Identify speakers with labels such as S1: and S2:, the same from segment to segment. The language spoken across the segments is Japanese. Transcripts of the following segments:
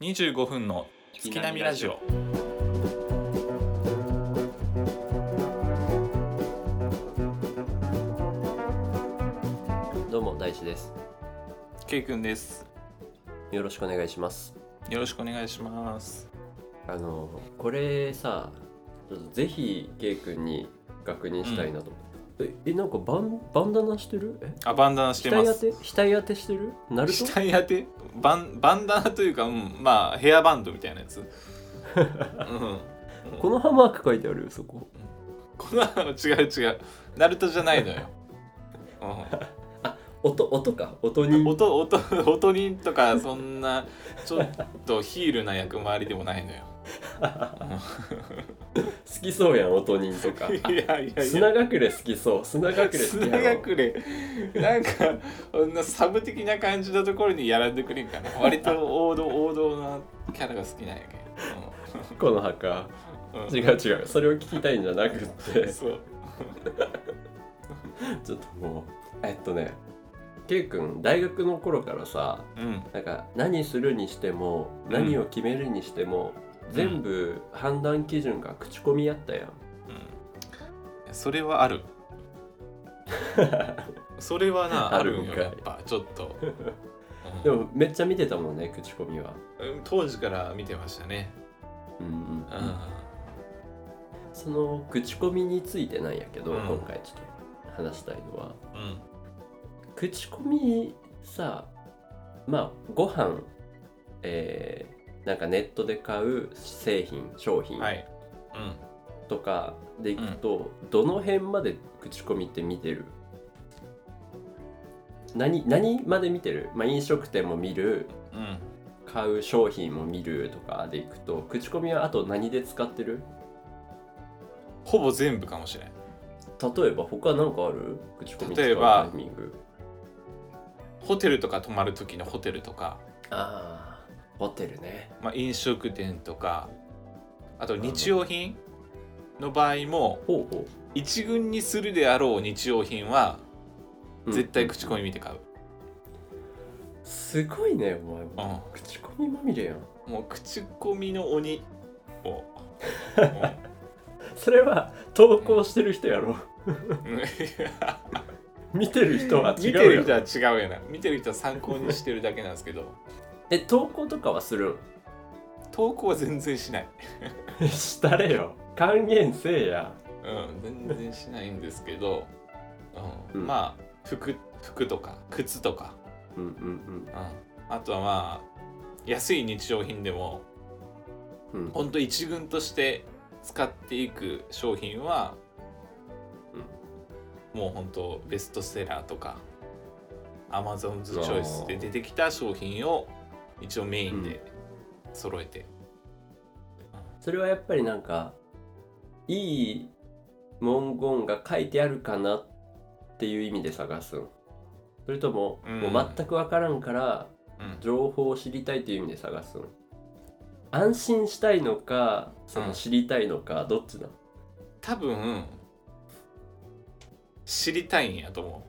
S1: 25分の月並みラジオ。
S2: どうも大地です。
S1: けいくんです。
S2: よろしくお願いします。
S1: よろしくお願いします。
S2: あのこれさ、ちょっとぜひケイ君に確認したいなと思って。ええなんかバンバンダナしてる？え？
S1: あ、バンダナしてま
S2: 額当
S1: す。
S2: て額当てしてる？ナルト？
S1: 額当てバンバンダナというか、うん、まあヘアバンドみたいなや つ。うん、
S2: このハマーク書いてあるよそこ。
S1: この違う違う。ナルトじゃないのよ。う
S2: 音音か音
S1: ん、
S2: に。
S1: 音音音人とかそんなちょっとヒールな役回りでもないのよ。
S2: 好きそうやん音にとか。
S1: いやいやいや。
S2: 砂隠れ好きそう砂隠れ好き
S1: 砂
S2: やろ
S1: 隠れなんかこんなサブ的な感じのところにやらんでくれんかな割と王道王道なキャラが好きなんやけ
S2: この墓
S1: ど、うんうん
S2: 違う違うそれを聞きたいんじゃなく って
S1: そう
S2: ちょっともうえっとねケイ君大学の頃からさ
S1: うん
S2: なんか何するにしても
S1: うん
S2: 何を決めるにしても、全部判断基準が口コミやったやん、
S1: うんそれはあ るそれはなあ
S2: あ
S1: る
S2: る
S1: ん
S2: んか
S1: よ
S2: い
S1: やっぱちょっと、うん
S2: でもめっちゃ見てたもんね口コミは
S1: うん当時から見てましたね
S2: うんう
S1: う
S2: ん
S1: ん、
S2: その口コミについてなんやけど、
S1: うん
S2: 今回ちょっと話したいのは
S1: うん、
S2: 口コミさまあご飯えーなんかネットで買う製品商品
S1: はいうん
S2: とかでいくと、どの辺まで口コミって見てる何何まで見てる、まあ、飲食店も見る
S1: うん
S2: 買う商品も見るとかでいくと口コミはあと何で使ってる
S1: ほぼ全部かもしれん
S2: 例えば他なんかある口コミ使う
S1: 例えば
S2: タイミング
S1: ホテルとか泊まる時のホテルとか、
S2: ああホテルね
S1: まあ、飲食店とかあと日用品の場合も
S2: ほうほ
S1: 一軍にするであろう日用品は
S2: う、うん
S1: 絶対口コミ見て買う、
S2: すごいねお前
S1: う
S2: も
S1: ん
S2: 口コミまみれやん
S1: もう口コミの鬼を うん
S2: それは投稿してる人 やろ
S1: いや
S2: 見てる人は
S1: 見
S2: 違
S1: て
S2: う
S1: る
S2: や
S1: 人
S2: ろ
S1: は違うやな見てる人は参考にしてるだけなんですけど
S2: え投稿とかはするん
S1: 投稿は全然しない、
S2: したれよ還元せえや
S1: うん、全然しないんですけど、うん
S2: うん
S1: まあ服服とか靴とか、
S2: うんうん
S1: うん、あとはまあ安い日用品でも
S2: うんうん
S1: ほんと一軍として使っていく商品は、もうほんとベストセラーとか Amazon's チョイスで出てきた商品を一応メインで揃えて、
S2: それはやっぱりなんかいい文言が書いてあるかなっていう意味で探すんそれとも,、
S1: うん
S2: もう全く分からんから
S1: うん
S2: 情報を知りたいという意味で探すん安心したいのかそ
S1: うん
S2: の知りたいのか、どっちだ
S1: 多分知りたいんやと思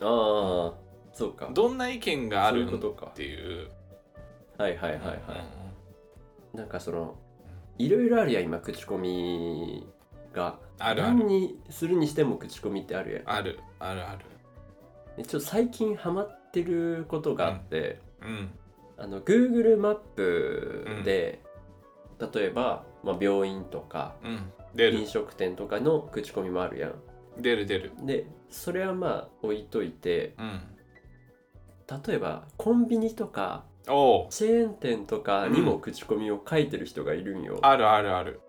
S2: ああそうか
S1: うどんな意見があるん
S2: そういうことか
S1: っていう
S2: はいはいはいはい、
S1: うん
S2: なんかそのいろいろあるやん今口コミが
S1: あるある
S2: 何にするにしても口コミってあるやん
S1: あるあるある
S2: でちょっと最近ハマってることがあって、
S1: うん
S2: あの Google マップで、例えば、まあ、病院とか
S1: うん出
S2: 飲
S1: る
S2: 食店とかの口コミもあるや
S1: 出る出る
S2: んでそれはまあ置いといて
S1: うん
S2: 例えばコンビニとか
S1: おう
S2: チェーン店とかにも口コミを書いてる人がいるんよ、
S1: あるあるある、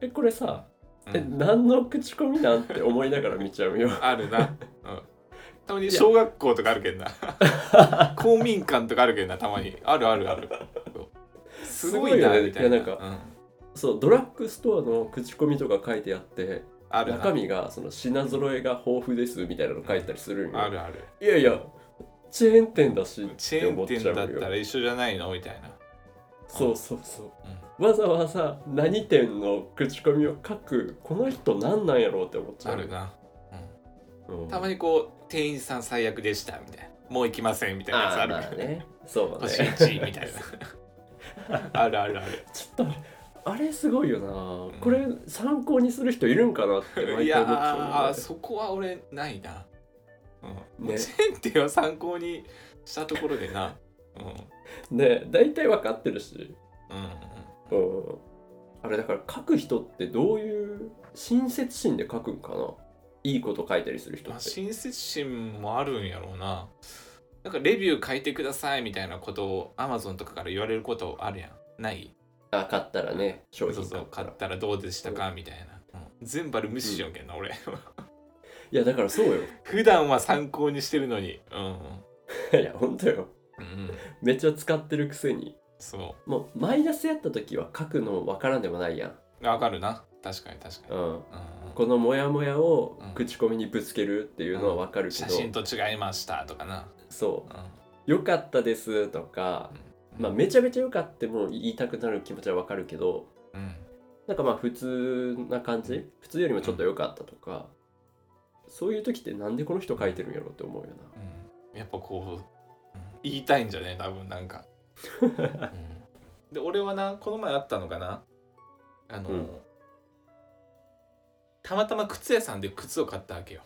S2: えこれさ、
S1: う
S2: え
S1: ん
S2: 何の口コミなんて思いながら見ちゃうよ
S1: あるな。うん。たまに小学校とかあるけんな。 公民館とかあるけんな、たまに。あるあるある。そうすごい
S2: すごいよ
S1: な、
S2: ね
S1: みたいな。
S2: いやなんか
S1: うん、
S2: そうドラッグストアの口コミとか書いてあって
S1: あるな
S2: 中身がその品揃えが豊富ですみたいなの書いたりするんよ
S1: あるある。
S2: いやいやチェーン店だし
S1: チ
S2: って
S1: ェ
S2: 思
S1: ーン
S2: っち
S1: 店
S2: ゃ
S1: だっ
S2: うよ
S1: たら一緒じゃないのみたいな。
S2: そうそうそう、わざわざ何店の口コミを書くこの人何なんやろうって思っちゃ
S1: あ
S2: う
S1: るな。うん
S2: うん
S1: たまにこう、店員さん最悪でした、みたいな。もう行きませんみたいなやつ
S2: あ
S1: あ
S2: あ
S1: るか
S2: ま
S1: ら
S2: あ
S1: ね
S2: ねそう
S1: 星
S2: ね
S1: 1みたい なあるあるある
S2: ちょっとあれすごいよなこれ参考にする人いるんかなって
S1: い
S2: 毎回
S1: や
S2: 思って
S1: ー
S2: た
S1: そこは俺ないな、うん
S2: ね
S1: チェンテは参考にしたところでな、うんうん
S2: もんねね大体分かってるし、
S1: うん、
S2: うん、あれだから書く人ってどういう親切心で書くんかないいこと書いたりする人
S1: ま
S2: っ
S1: あ
S2: て
S1: 親切心もあるんやろうななんかレビュー書いてくださいみたいなことを Amazon とかから言われることあるやんない
S2: あ買ったらね商
S1: そう
S2: 品
S1: そ
S2: 買
S1: う
S2: った
S1: 買
S2: ら
S1: ったらどうでしたかみたいな、うん全部あれ無視しようけんな、俺
S2: いやだからそうよ
S1: 普段は参考にしてるのにうん
S2: いや本当よ
S1: うん、うん、
S2: めっちゃ使ってるくせに
S1: そ
S2: もうマイナスやった時は書くの分からんでもないやん、
S1: うわかるな確かに確かに、
S2: うん、
S1: うんうん
S2: このモヤモヤを
S1: うん
S2: 口コミにぶつけるっていうのは分かるけ
S1: 写
S2: ど、
S1: 真と違いましたとかな、
S2: そう良かったですとか、
S1: ん
S2: まあ、めちゃめちゃ良かったも言いたくなる気持ちはわかるけど
S1: うん、
S2: なんかまあ普通な感じ普通よりもちょっと良かったとか、そういう時ってなんでこの人書いてるんやろって思うよ
S1: うんやっぱこう、言いたいんじゃね多分なんか、うんで俺はなこの前あったのかなあの、
S2: うん
S1: たまたま靴屋さんで靴を買ったわけよ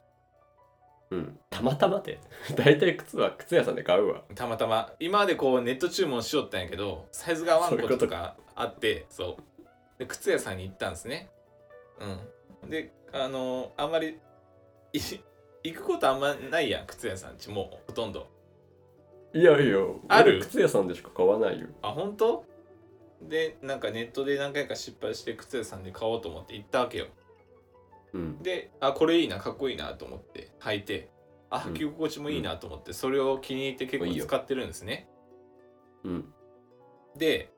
S2: な、うん、たまたまで 大体靴は靴屋さんで買うわ
S1: たまたま今までこうネット注文しよったんやけどサイズが合わんこ
S2: そういうこと
S1: ととかあってそうで靴屋さんに行ったんですねうんであのあんまりい行くことあんまないやん靴屋さんちもうほとんど
S2: いやいや
S1: ある
S2: 俺靴屋さんでしか買わないよ
S1: あ本当でなんかネットで何回か失敗して靴屋さんで買おうと思って行ったわけよ
S2: うん
S1: であこれいいなかっこいいなと思って履いてあ
S2: うん
S1: 履き心地もいいなと思って、それを気に入って結
S2: いいよ
S1: 構使ってるんですね
S2: うん
S1: で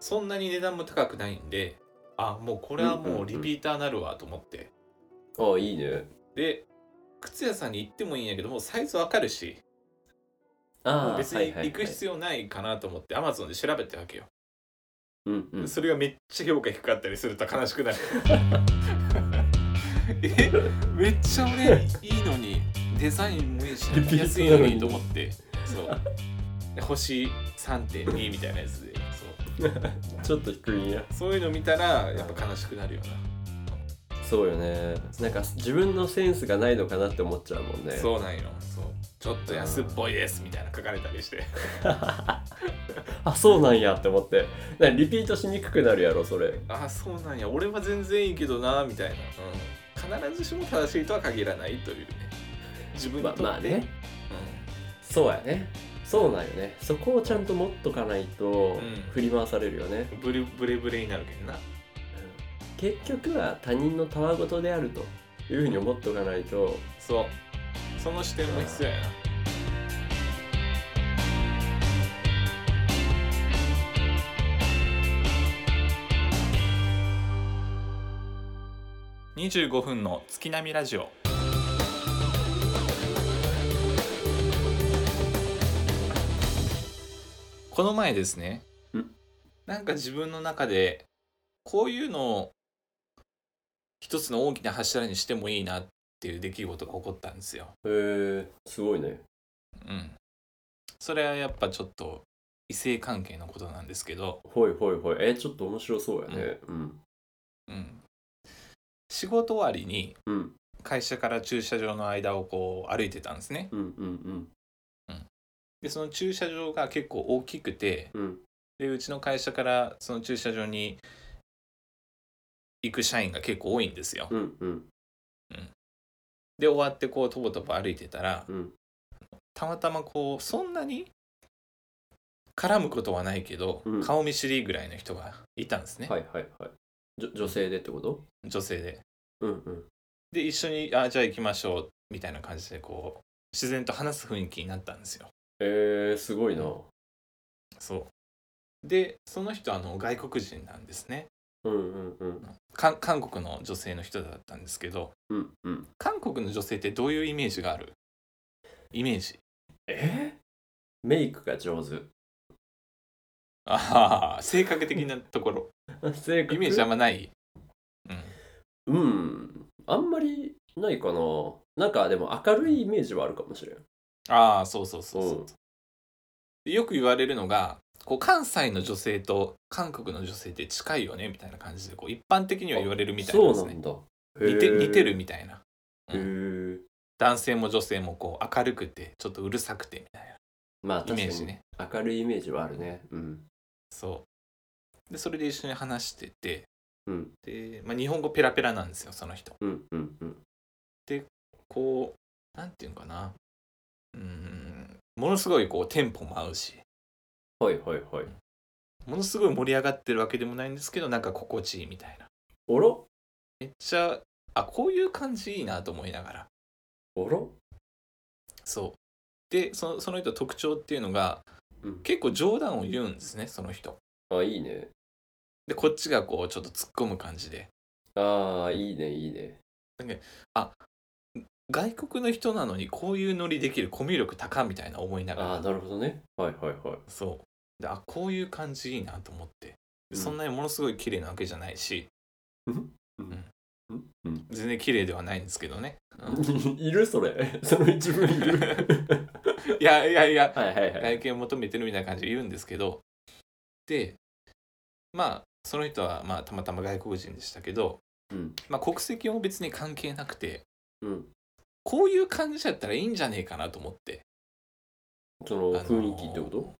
S1: そんなに値段も高くないんであもうこれはもうリピーターなるわと思って、
S2: ああいいね
S1: で靴屋さんに行ってもいいんやけどもうサイズわかるし
S2: ああ
S1: 別
S2: はい
S1: に
S2: はいはい
S1: 行く必要ないかなと思って Amazon で調べたわけよ
S2: うんうん
S1: それがめっちゃ評価低かったりすると悲しく なるえめっちゃ俺いいのにデザインもいいし
S2: リピートなのに
S1: 安いのにと思ってそうで星3.2みたいなやつで
S2: ちょっと低いんや
S1: そうそういうの見たらやっぱ悲しくなるよ
S2: そうよねなんか自分のセンスがないのかなって思っちゃうもん
S1: な、
S2: ね
S1: そうなんよそうちょっと安っぽいですみたいな書かれたりして
S2: あそうなんやって思ってなんかリピートしにくくなるやろそれ
S1: ああそうなんや俺は全然いいけどなみたいな、うん、必ずしも正しいとは限らないというね自分にと
S2: ま
S1: って、
S2: まあね
S1: うん
S2: そうやねそうなんよねそこをちゃんと持っとかないと
S1: うん
S2: 振り回されるよね、
S1: ブレブレブレになるけどな
S2: 結局は他人のたわごとであるというふうに思っとかないと
S1: そうその視点も必要やな25分の月並みラジオこの前ですね
S2: ん
S1: なんか自分の中でこういうのを一つの大きな柱にしてもいいなっていう出来事が起こったんですよ。
S2: へえすごいね
S1: うん。それはやっぱちょっと異性関係のことなんですけど、
S2: ほいほいほいえちょっと面白そうやねうん
S1: うん。仕事終わりに
S2: うん
S1: 会社から駐車場の間をこう歩いてたんですね。
S2: うんうん
S1: で、その駐車場が結構大きくて、
S2: うんうん
S1: で、うちの会社からその駐車場に行く社員が結構多いんですよ。
S2: うんうん
S1: で、終わってこう、とぼとぼ歩いてたら、
S2: うん
S1: たまたまこうそんなに絡むことはないけど、
S2: うん
S1: 顔見知りぐらいの人がいたんですね、
S2: はいはいはいじょ女性でってこと
S1: 女性で
S2: うんうん
S1: で一緒にあじゃあ行きましょうみたいな感じでこう自然と話す雰囲気になったんですよ
S2: えー、すごいな
S1: そうでその人あの外国人なんですね
S2: うんうんうん
S1: か韓国の女性の人だったんですけど
S2: うんうん
S1: 韓国の女性ってどういうイメージがあるイメージ
S2: えメイクが上手
S1: ああ性格的なところ
S2: 性格
S1: イメージあんまない、うん、
S2: うんあんまりないかななんかでも明るいイメージはあるかもしれん
S1: ああそうそうそうそうう、でよく言われるのがこう関西の女性と韓国の女性って近いよねみたいな感じでこう一般的には言われるみたいなんで
S2: そ
S1: す
S2: うな
S1: ね
S2: んだ
S1: 似て
S2: へー
S1: 似てるみたいな
S2: へー
S1: 男性も女性もこう明るくてちょっとうるさくてみたいな
S2: まあ
S1: イ
S2: 確か
S1: メー
S2: に
S1: ジね
S2: 明るいイメージはあるねうん
S1: そうでそれで一緒に話してて
S2: うん
S1: で、まあ、日本語ペラペラなんですよその人
S2: うんうんうん
S1: こうなんていうのかなうんものすごいこうテンポも合うし
S2: はいはいはい
S1: ものすごい盛り上がってるわけでもないんですけどなんか心地いいみたいな
S2: おろ
S1: めっちゃあこういう感じいいなと思いながら
S2: おろ
S1: そうでそのその人特徴っていうのが
S2: うん
S1: 結構冗談を言うんですねその人
S2: あいいね
S1: でこっちがこうちょっと突っ込む感じで
S2: ああいいねいいね
S1: 外国の人なのにこういうノリできるコミュ力高みたいな思いなが
S2: ああ
S1: ら
S2: なるほどねはいはいはい
S1: そうであこういう感じいいなと思って
S2: う
S1: で
S2: ん
S1: そんなにものすごい綺麗なわけじゃないし
S2: うんうん
S1: 全然綺麗ではないんですけどね、 うん
S2: いるそれ その自分いる
S1: いやいやいや
S2: はいはいはい
S1: 外見を求めてるみたいな感じで言うんですけどでまあその人はまあたまたま外国人でしたけど、
S2: うん
S1: まあ、国籍も別に関係なくて
S2: うん
S1: こういう感じだったらいいんじゃねえかなと思って
S2: そ
S1: あ
S2: の
S1: のー
S2: 雰囲気ってこと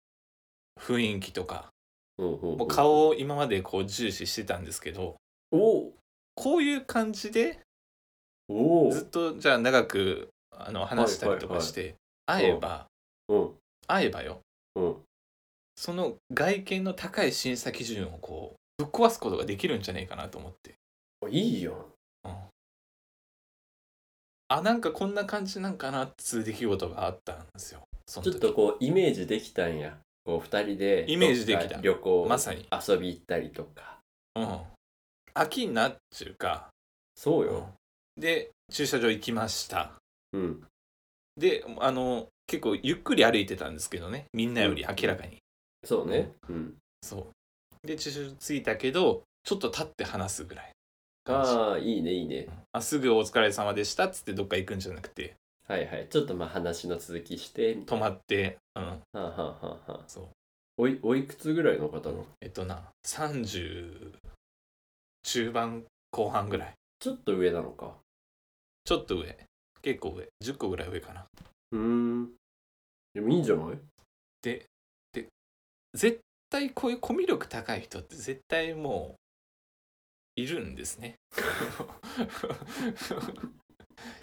S1: 雰囲気とか
S2: うんうんうん
S1: もう顔を今までこう重視してたんですけど
S2: お
S1: こういう感じで
S2: おお
S1: ずっとじゃあ長くあの話したりとかして
S2: いは
S1: 会
S2: い
S1: え
S2: うん
S1: ば
S2: うん
S1: 会えばよ
S2: うん
S1: その外見の高い審査基準をこうぶっ壊すことができるんじゃねえかなと思って。
S2: いいよ
S1: あなんかこんな感じなんかなっていう出来事があったんですよその
S2: ちょ
S1: 時
S2: っとこうイメージできたんやこう二人で
S1: イメージできた
S2: どっか旅行
S1: まさに
S2: 遊び行ったりとか
S1: うん飽きんなっちゅうか
S2: そうよ
S1: で駐車場行きました
S2: うん
S1: であの結構ゆっくり歩いてたんですけどねみんなより明らかに、
S2: そうねうん
S1: そうで駐車場着いたけどちょっと立って話すぐらい
S2: ああいいねいいね
S1: あすぐお疲れ様でしたっつってどっか行くんじゃなくて
S2: はいはいちょっとまあ話の続きしてみたい
S1: 止まってうん
S2: なはあはあはあはあ
S1: そう
S2: おいおいくつぐらいの方なの
S1: えっとな30中盤後半ぐらい
S2: ちょっと上なのか
S1: ちょっと上。結構上。10個ぐらい上かな。
S2: うーんでもいいんじゃない
S1: で、で、絶対こういうコミュ力高い人って絶対もう、いるんです ね。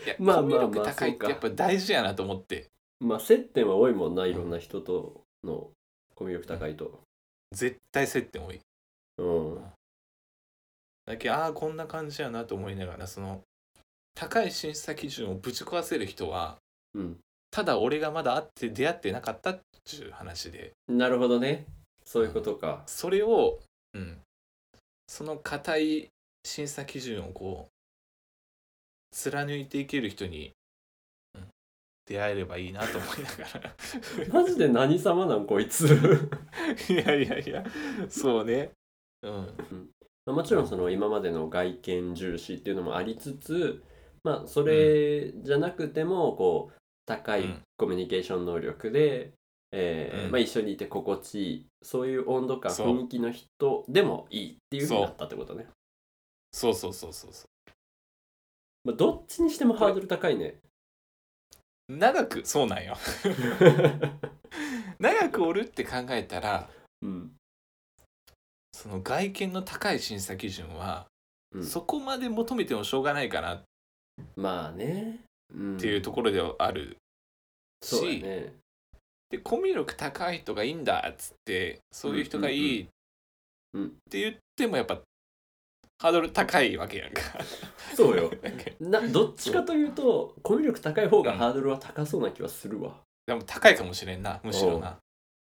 S1: いや、
S2: まあ
S1: コミュ力高いっ
S2: ま
S1: て
S2: あまあそうか
S1: やっぱ大事やなと思って、
S2: まあ接点は多いもんないろんな人とのコミュ力高いと
S1: 絶対接点多い。
S2: うん
S1: だけどああ、こんな感じやなと思いながら、その、高い審査基準をぶち壊せる人は、
S2: うん
S1: ただ俺がまだ会って出会ってなかったっていう話で、
S2: なるほどねそういうことか
S1: それを、うん、その硬い審査基準をこう貫いていける人に、うん出会えればいいなと思いながら
S2: マジで何様なんこいつ
S1: いやいやいやそうねうん
S2: まあもちろんその今までの外見重視っていうのもありつつ、まあ、それじゃなくてもこう高
S1: う
S2: い
S1: ん
S2: コミュニケーション能力で、えー
S1: うん
S2: まあ、一緒にいて心地いいそういう温度感
S1: そう
S2: 雰囲気の人でもいいっていうふうになったってことね、
S1: そうそうそうそうそ
S2: まあ、どっちにしてもハードル高い ね
S1: う長くそうなんよ長くおるって考えたら
S2: うん、
S1: その外見の高い審査基準は、
S2: うん
S1: そこまで求めてもしょうがないかなっ
S2: まあね、うん、
S1: ていうところではあるし、
S2: そうだね
S1: でコミュ力高い人がいいんだっつってそういう人がいいっ
S2: うんうんうん
S1: て言ってもやっぱハードル高いわけやんか。
S2: そうよ
S1: なんか
S2: などっちかというとコミュ力高い方がハードルは高そうな気はするわ、
S1: でも高いかもしれんなむしろな。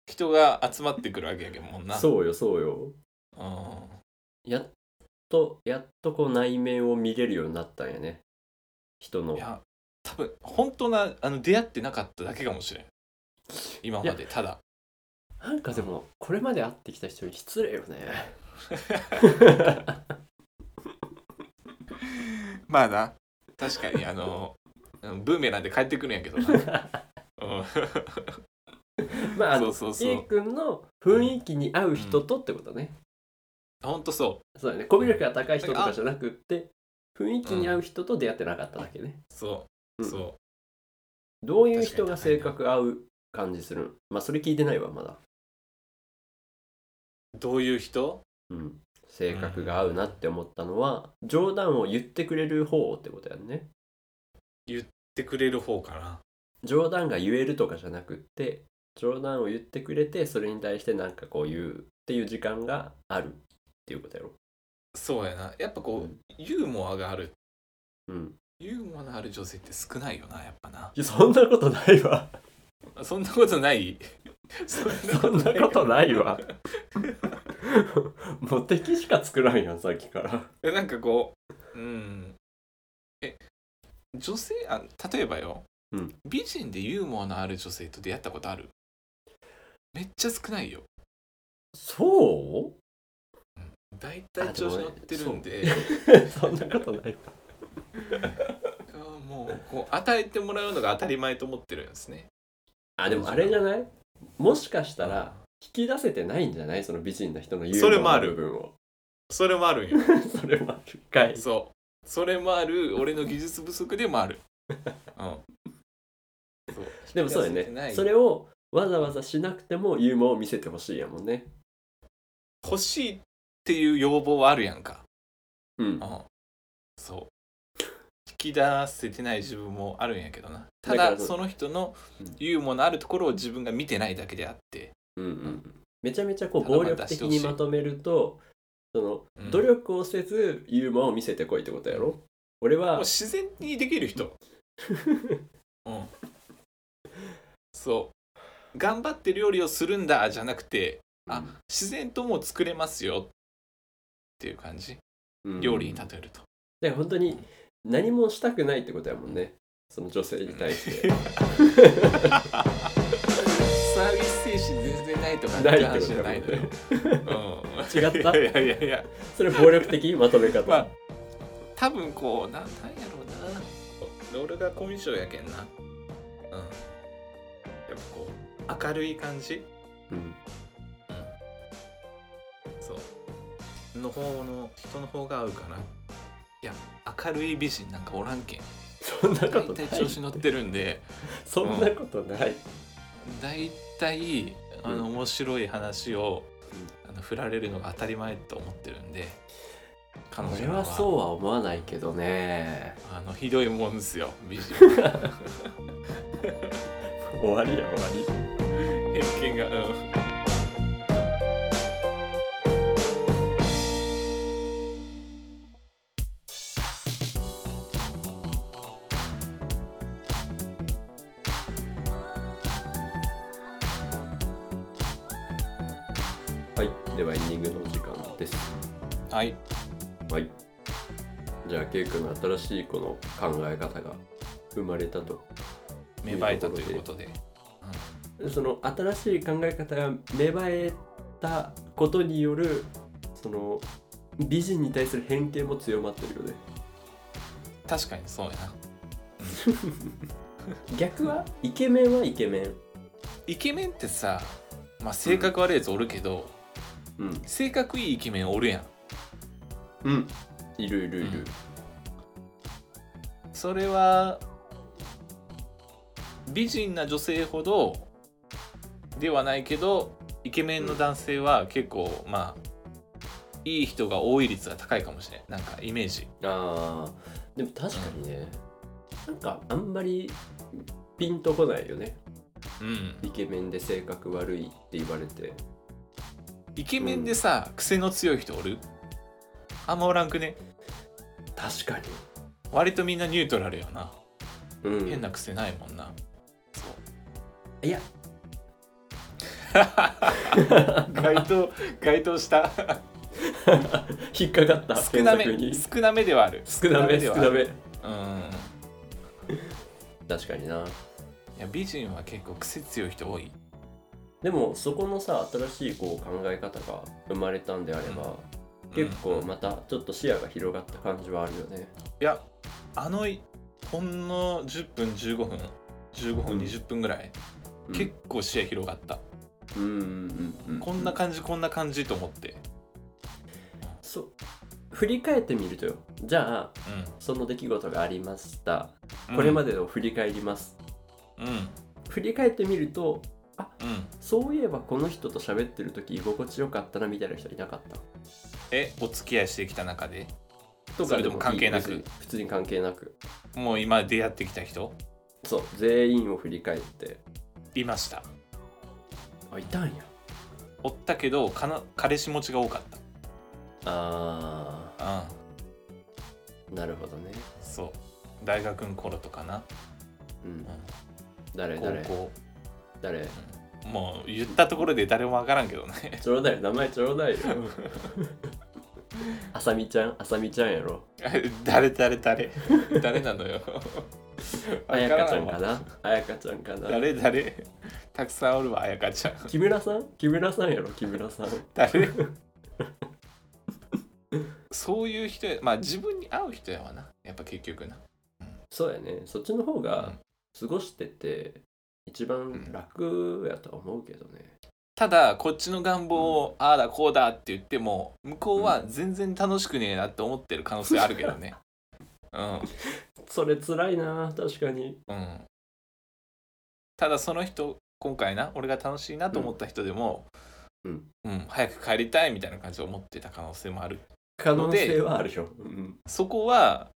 S1: 人が集まってくるわけやけんもんな。
S2: そうよそうよ
S1: うん
S2: やっとやっとこう内面を見れるようになったんやね人の
S1: いや多分本当なあの出会ってなかっただけかもしれん今までただ。
S2: なんかでもこれまで会ってきた人に失礼よね
S1: まあな確かにあのうんブーメランで帰ってくるんやけどな。うん、
S2: まああ
S1: そ
S2: の
S1: うそうそう
S2: A 君の雰囲気に合う人とってことね、
S1: ほんとそ
S2: そうだねコミュ力が高い人とかじゃなくって雰囲気に合う人と出会ってなかっただけね、
S1: うそうう、
S2: ん
S1: そ
S2: どういう人が性格合う感じするんまあそれ聞いてないわまだ
S1: うどういう人
S2: うん性格が合うなって思ったのは冗談を言ってくれる方ってことやんね
S1: 言ってくれる方かな
S2: 冗談が言えるとかじゃなくって冗談を言ってくれてそれに対してなんかこう言うっていう時間があるっていうことやろ
S1: そうやなやっぱ
S2: う
S1: こ
S2: ん
S1: うユーモアがある
S2: うん
S1: ユーモアのある女性って少ないよなやっぱない
S2: やそんなことない わ
S1: あそんなことない そ
S2: そんなことない わもう敵しか作らんやんさっきから
S1: えなんかこううんえ女性あ例えばよ、
S2: うん
S1: 美人でユーモアのある女性と出会ったことあるめっちゃ少ないよ
S2: そう
S1: 大体調子乗ってるんで
S2: そんなことないわ
S1: あもうこう与えてもらうのが当たり前と思ってるんですね
S2: あでもあれじゃないもしかしたら引き出せてないんじゃないその美人な人の言
S1: そうれもあ
S2: 部
S1: る
S2: 分を
S1: それもあるんよ
S2: それもあるかい
S1: そうそれもある俺の技術不足でもある、うん、そう
S2: でもそうだよ
S1: 引き出せてな
S2: ね
S1: い
S2: それをわざわざしなくてもユーモアを見せてほしいやもんね
S1: 欲しいっていう要望はあるやんか
S2: うん
S1: うん、そう引き出せてない自分もあるんやけどなた
S2: だか
S1: だ
S2: らそう
S1: その人の
S2: うん
S1: ユーモアのあるところを自分が見てないだけであって、
S2: うんうんめちゃめちゃこう
S1: ただ
S2: 暴
S1: まあ
S2: 力的にまとめるとその
S1: うん
S2: 努力をせずユーモアを見せてこいってことやろ俺
S1: もう
S2: は
S1: 自然にできる人うんそう頑張って料理をするんだじゃなくてあ自然ともう作れますよっていう感じ
S2: うん
S1: 料理に例えると、
S2: で本当に何もしたくないってことやもんねその女性に対して
S1: サービス精神全然ないとか
S2: ない
S1: っ
S2: っててこと
S1: 話じゃ
S2: だ
S1: な
S2: よ
S1: いのよ、うん、
S2: 違った
S1: いやいやいや
S2: それ暴力的まとめ
S1: ま
S2: 方
S1: あ多分こうななんやろうなロールがコミュ障やけんなうんやっぱこう明るい感じ
S2: うん
S1: そうの方の人の方が合うかないや明るい美人なんかおらんけん
S2: そんな
S1: 大
S2: ことな
S1: 体
S2: い
S1: 調子乗ってるんで
S2: そんなことない
S1: 大体あの
S2: う
S1: 面白い話を、あの振られるのが当たり前と思ってるんで彼
S2: 俺
S1: 女
S2: は
S1: は
S2: そうは思わないけどね
S1: あのひどいもんですよ美 人
S2: 終わりや終わり
S1: 偏見がうん
S2: はい、ではエンディングのお時間です。
S1: はい
S2: はい。じゃあ、ケイ君の新しいこの考え方が生まれたと。
S1: 芽生えたということで。
S2: その新しい考え方が芽生えたことによる、その美人に対する偏見も強まってるよね。
S1: 確かにそうやな。
S2: 逆はイケメンはイケメン。
S1: イケメンってさ、まあ、性格悪いやつおるけど、
S2: うん。
S1: 性格いいイケメンおるやん。
S2: うん。いるいるいる。
S1: それは美人な女性ほどではないけどイケメンの男性は結構、まあいい人が多い率が高いかもしれないなんかイメージ
S2: ああ、でも確かにね、なんかあんまりピンとこないよね。
S1: うん
S2: イケメンで性格悪いって言われて。
S1: イケメンでさ、癖の強い人おるあんまおらんくね
S2: 確かに。
S1: 割とみんなニュートラルやな
S2: うん、
S1: 変な癖ないもんな、そう
S2: い や
S1: 該当該当した
S2: 引っかかった
S1: 少なめ
S2: 検索に
S1: 少なめではある
S2: 少なめ
S1: で
S2: 少
S1: は
S2: なめ
S1: うん
S2: 確かにない
S1: や美人は結構癖強い人多い
S2: でもそこのさ新しいこう考え方が生まれたんであれば、結構
S1: うんい
S2: またちょっと視野が広がった感じはあるよね
S1: やあのいほんの10分15分15分
S2: うん
S1: 20分ぐらい、
S2: うん
S1: 結構視野広がった、
S2: うんうんうん
S1: こんな感じこんな感じと思って
S2: そう振り返ってみるとよじゃあ
S1: うん
S2: その出来事がありました
S1: うん
S2: これまでを振り返ります、
S1: うん
S2: 振り返ってみると
S1: うん
S2: そういえばこの人と喋ってる時居心地よかったなみたいな人いなかった
S1: えお付き合いしてきた中で
S2: と
S1: そ
S2: か
S1: れ
S2: で
S1: とも
S2: もいい
S1: 関係なく
S2: 別に普通に関係なく
S1: もう今出会ってきた人
S2: そう全員を振り返って
S1: いました
S2: あいたんや
S1: おったけどかな彼氏持ちが多かっ
S2: あ
S1: たうん
S2: ーなるほどね
S1: そう大学の頃とかな、
S2: うん
S1: う
S2: 誰
S1: ん、
S2: 誰
S1: 高
S2: 誰
S1: 校もう言ったところで誰もわからんけどね
S2: ちょうだい名前ちょう だいよあさみちゃんあさみちゃんやろ
S1: 誰誰誰誰なのよ
S2: あやかちゃん
S1: わ
S2: から
S1: わ
S2: なあやかちゃんかな
S1: 誰誰たくさんおるわあやかちゃん
S2: 木村さん木村さんやろ木村さん
S1: 誰 そういう人やまあ自分に合う人やわなやっぱ結局な
S2: そうやねそっちの方
S1: う
S2: が
S1: ん
S2: 過ごしてて一番楽やとは思うけどね
S1: ただこっちの願望をああだこうだって言っても向こうは全然楽しくねえなって思ってる可能性あるけど ねうん
S2: それ辛いな確かに
S1: うん、ただその人今回な俺が楽しいなと思った人でも、
S2: うん
S1: うん早く帰りたいみたいな感じで思ってた可能性もある
S2: 可能性はあるでしょ、うん、
S1: そこは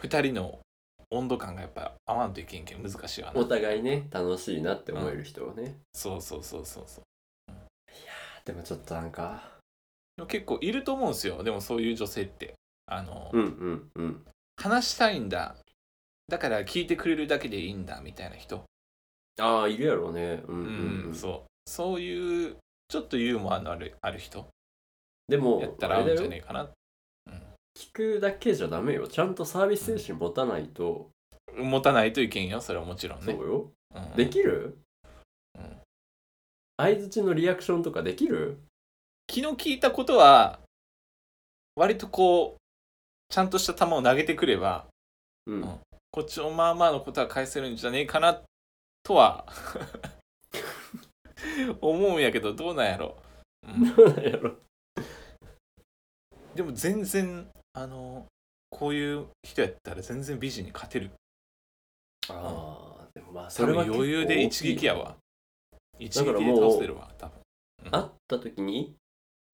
S1: 2人の温度感がやっぱ合わんといけんけん難しいわ
S2: お
S1: な
S2: 互いね楽しいなって思える人をね、
S1: そうそうそうそうそう
S2: でもちょっとなんか
S1: でも結構いると思うんですよでもそういう女性ってあの、
S2: うんうんうん
S1: 話したいんだだから聞いてくれるだけでいいんだみたいな人
S2: ああいるやろうねうんう、
S1: うん
S2: うん
S1: ん、そうそういうちょっとユーモアのあるある人
S2: でも
S1: やった
S2: あ
S1: ら合うん
S2: れだ
S1: じゃ
S2: よ
S1: ねえかな
S2: 聞くだけじゃダメよちゃんとサービス精神持たないと、
S1: 持たないといけんよそれはもちろんね
S2: そうよ
S1: うん
S2: できる
S1: うん
S2: 相づちのリアクションとかできる
S1: 昨日聞いたことは割とこうちゃんとした球を投げてくれば
S2: うん、
S1: うんこっちのまあまあのことは返せるんじゃねえかなとは 思うんやけどどうなんやろ、うん、
S2: どうなんやろ
S1: でも全然あのこういう人やったら全然美人に勝てる
S2: ああでもまあ
S1: 多
S2: それ
S1: 分
S2: は結構
S1: 余裕で一撃やわ一撃
S2: だから
S1: で
S2: もう
S1: 倒せるわ多分
S2: 会った時に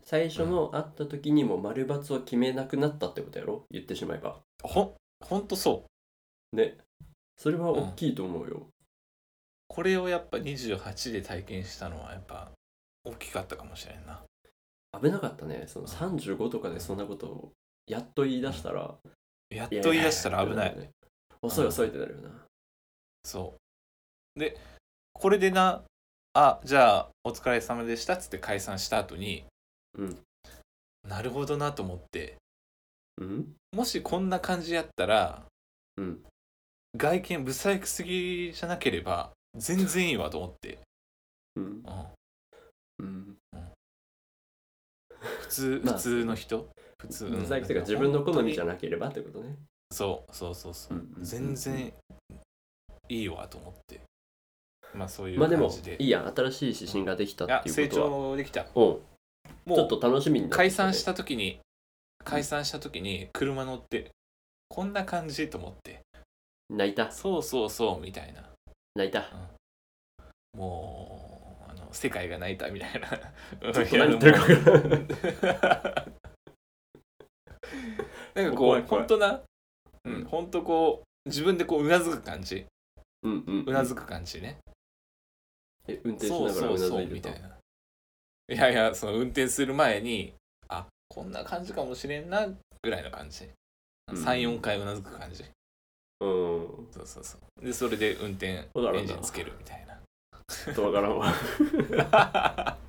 S2: 最初の会った時にも丸抜を決めなくなったってことやろ言ってしまえば
S1: ほんほんとそう
S2: ねそれは大きいと思うよ、
S1: これをやっぱ28で体験したのはやっぱ大きかったかもしれんな
S2: 危なかったねその35とかでそんなことをやっと言い出したら
S1: やっと言い出したら危ない
S2: やややってるよね遅い遅いってなるよな
S1: そうでこれでなあじゃあお疲れ様でしたっつって解散した後に
S2: うん
S1: なるほどなと思って
S2: うん
S1: もしこんな感じやったら
S2: うん
S1: 外見不細工すぎじゃなければ全然いいわと思って、
S2: うん
S1: うん、
S2: うん
S1: 普通
S2: ま
S1: 普
S2: あ
S1: 通の人普通
S2: 不細工というか自分の好みじゃ
S1: ない
S2: なければってことね
S1: そうそうそうそう
S2: うんうんうんうん
S1: 全然いいわと思ってまあそういう
S2: まあで
S1: 感
S2: も
S1: じで
S2: いいやん新しいし新ができた
S1: あ
S2: ってい
S1: 成
S2: うことは
S1: 長できた
S2: うん
S1: も
S2: ちょっ
S1: う
S2: と楽しみになってきたね
S1: 解散した時に解散した時に車乗ってこんな感じと思って
S2: 泣いた
S1: そうそうそうみたいな
S2: 泣いた
S1: もうあの世界が泣いたみたいな
S2: ちょっと何言ってるか分からん
S1: なんかこ
S2: 怖いう怖い
S1: 本当な、う
S2: うん
S1: ん、本当こう自分でこううなずく感じ
S2: うんうん
S1: うなずく感じね、
S2: え運転しな
S1: そう
S2: がら
S1: そうう
S2: なず
S1: そう
S2: いて
S1: み
S2: た
S1: たいないやいやその運転する前にあこんな感じかもしれんなぐらいの感じ
S2: うん
S1: 34回うなずく感じ
S2: うん
S1: そうそうそうでそれで運転エ
S2: そうだろうな
S1: ンジンつけるみたいな
S2: ちょっとわからんわ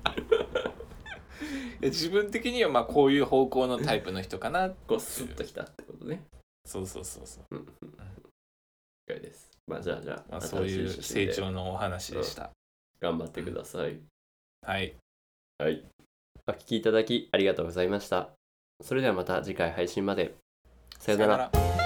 S1: いや自分的にはまあこういう方向のタイプの人かな
S2: こうスッときたってことね
S1: そうそうそうそう、
S2: うんうんうん了解ですまあじゃあじゃ
S1: ま
S2: あ
S1: あ、そういう
S2: 新し
S1: 成
S2: 指針で
S1: 長のお話でした、
S2: 頑張ってください
S1: はい
S2: お聞きいただきありがとうございましたそれではまた次回配信までさようなら
S1: ら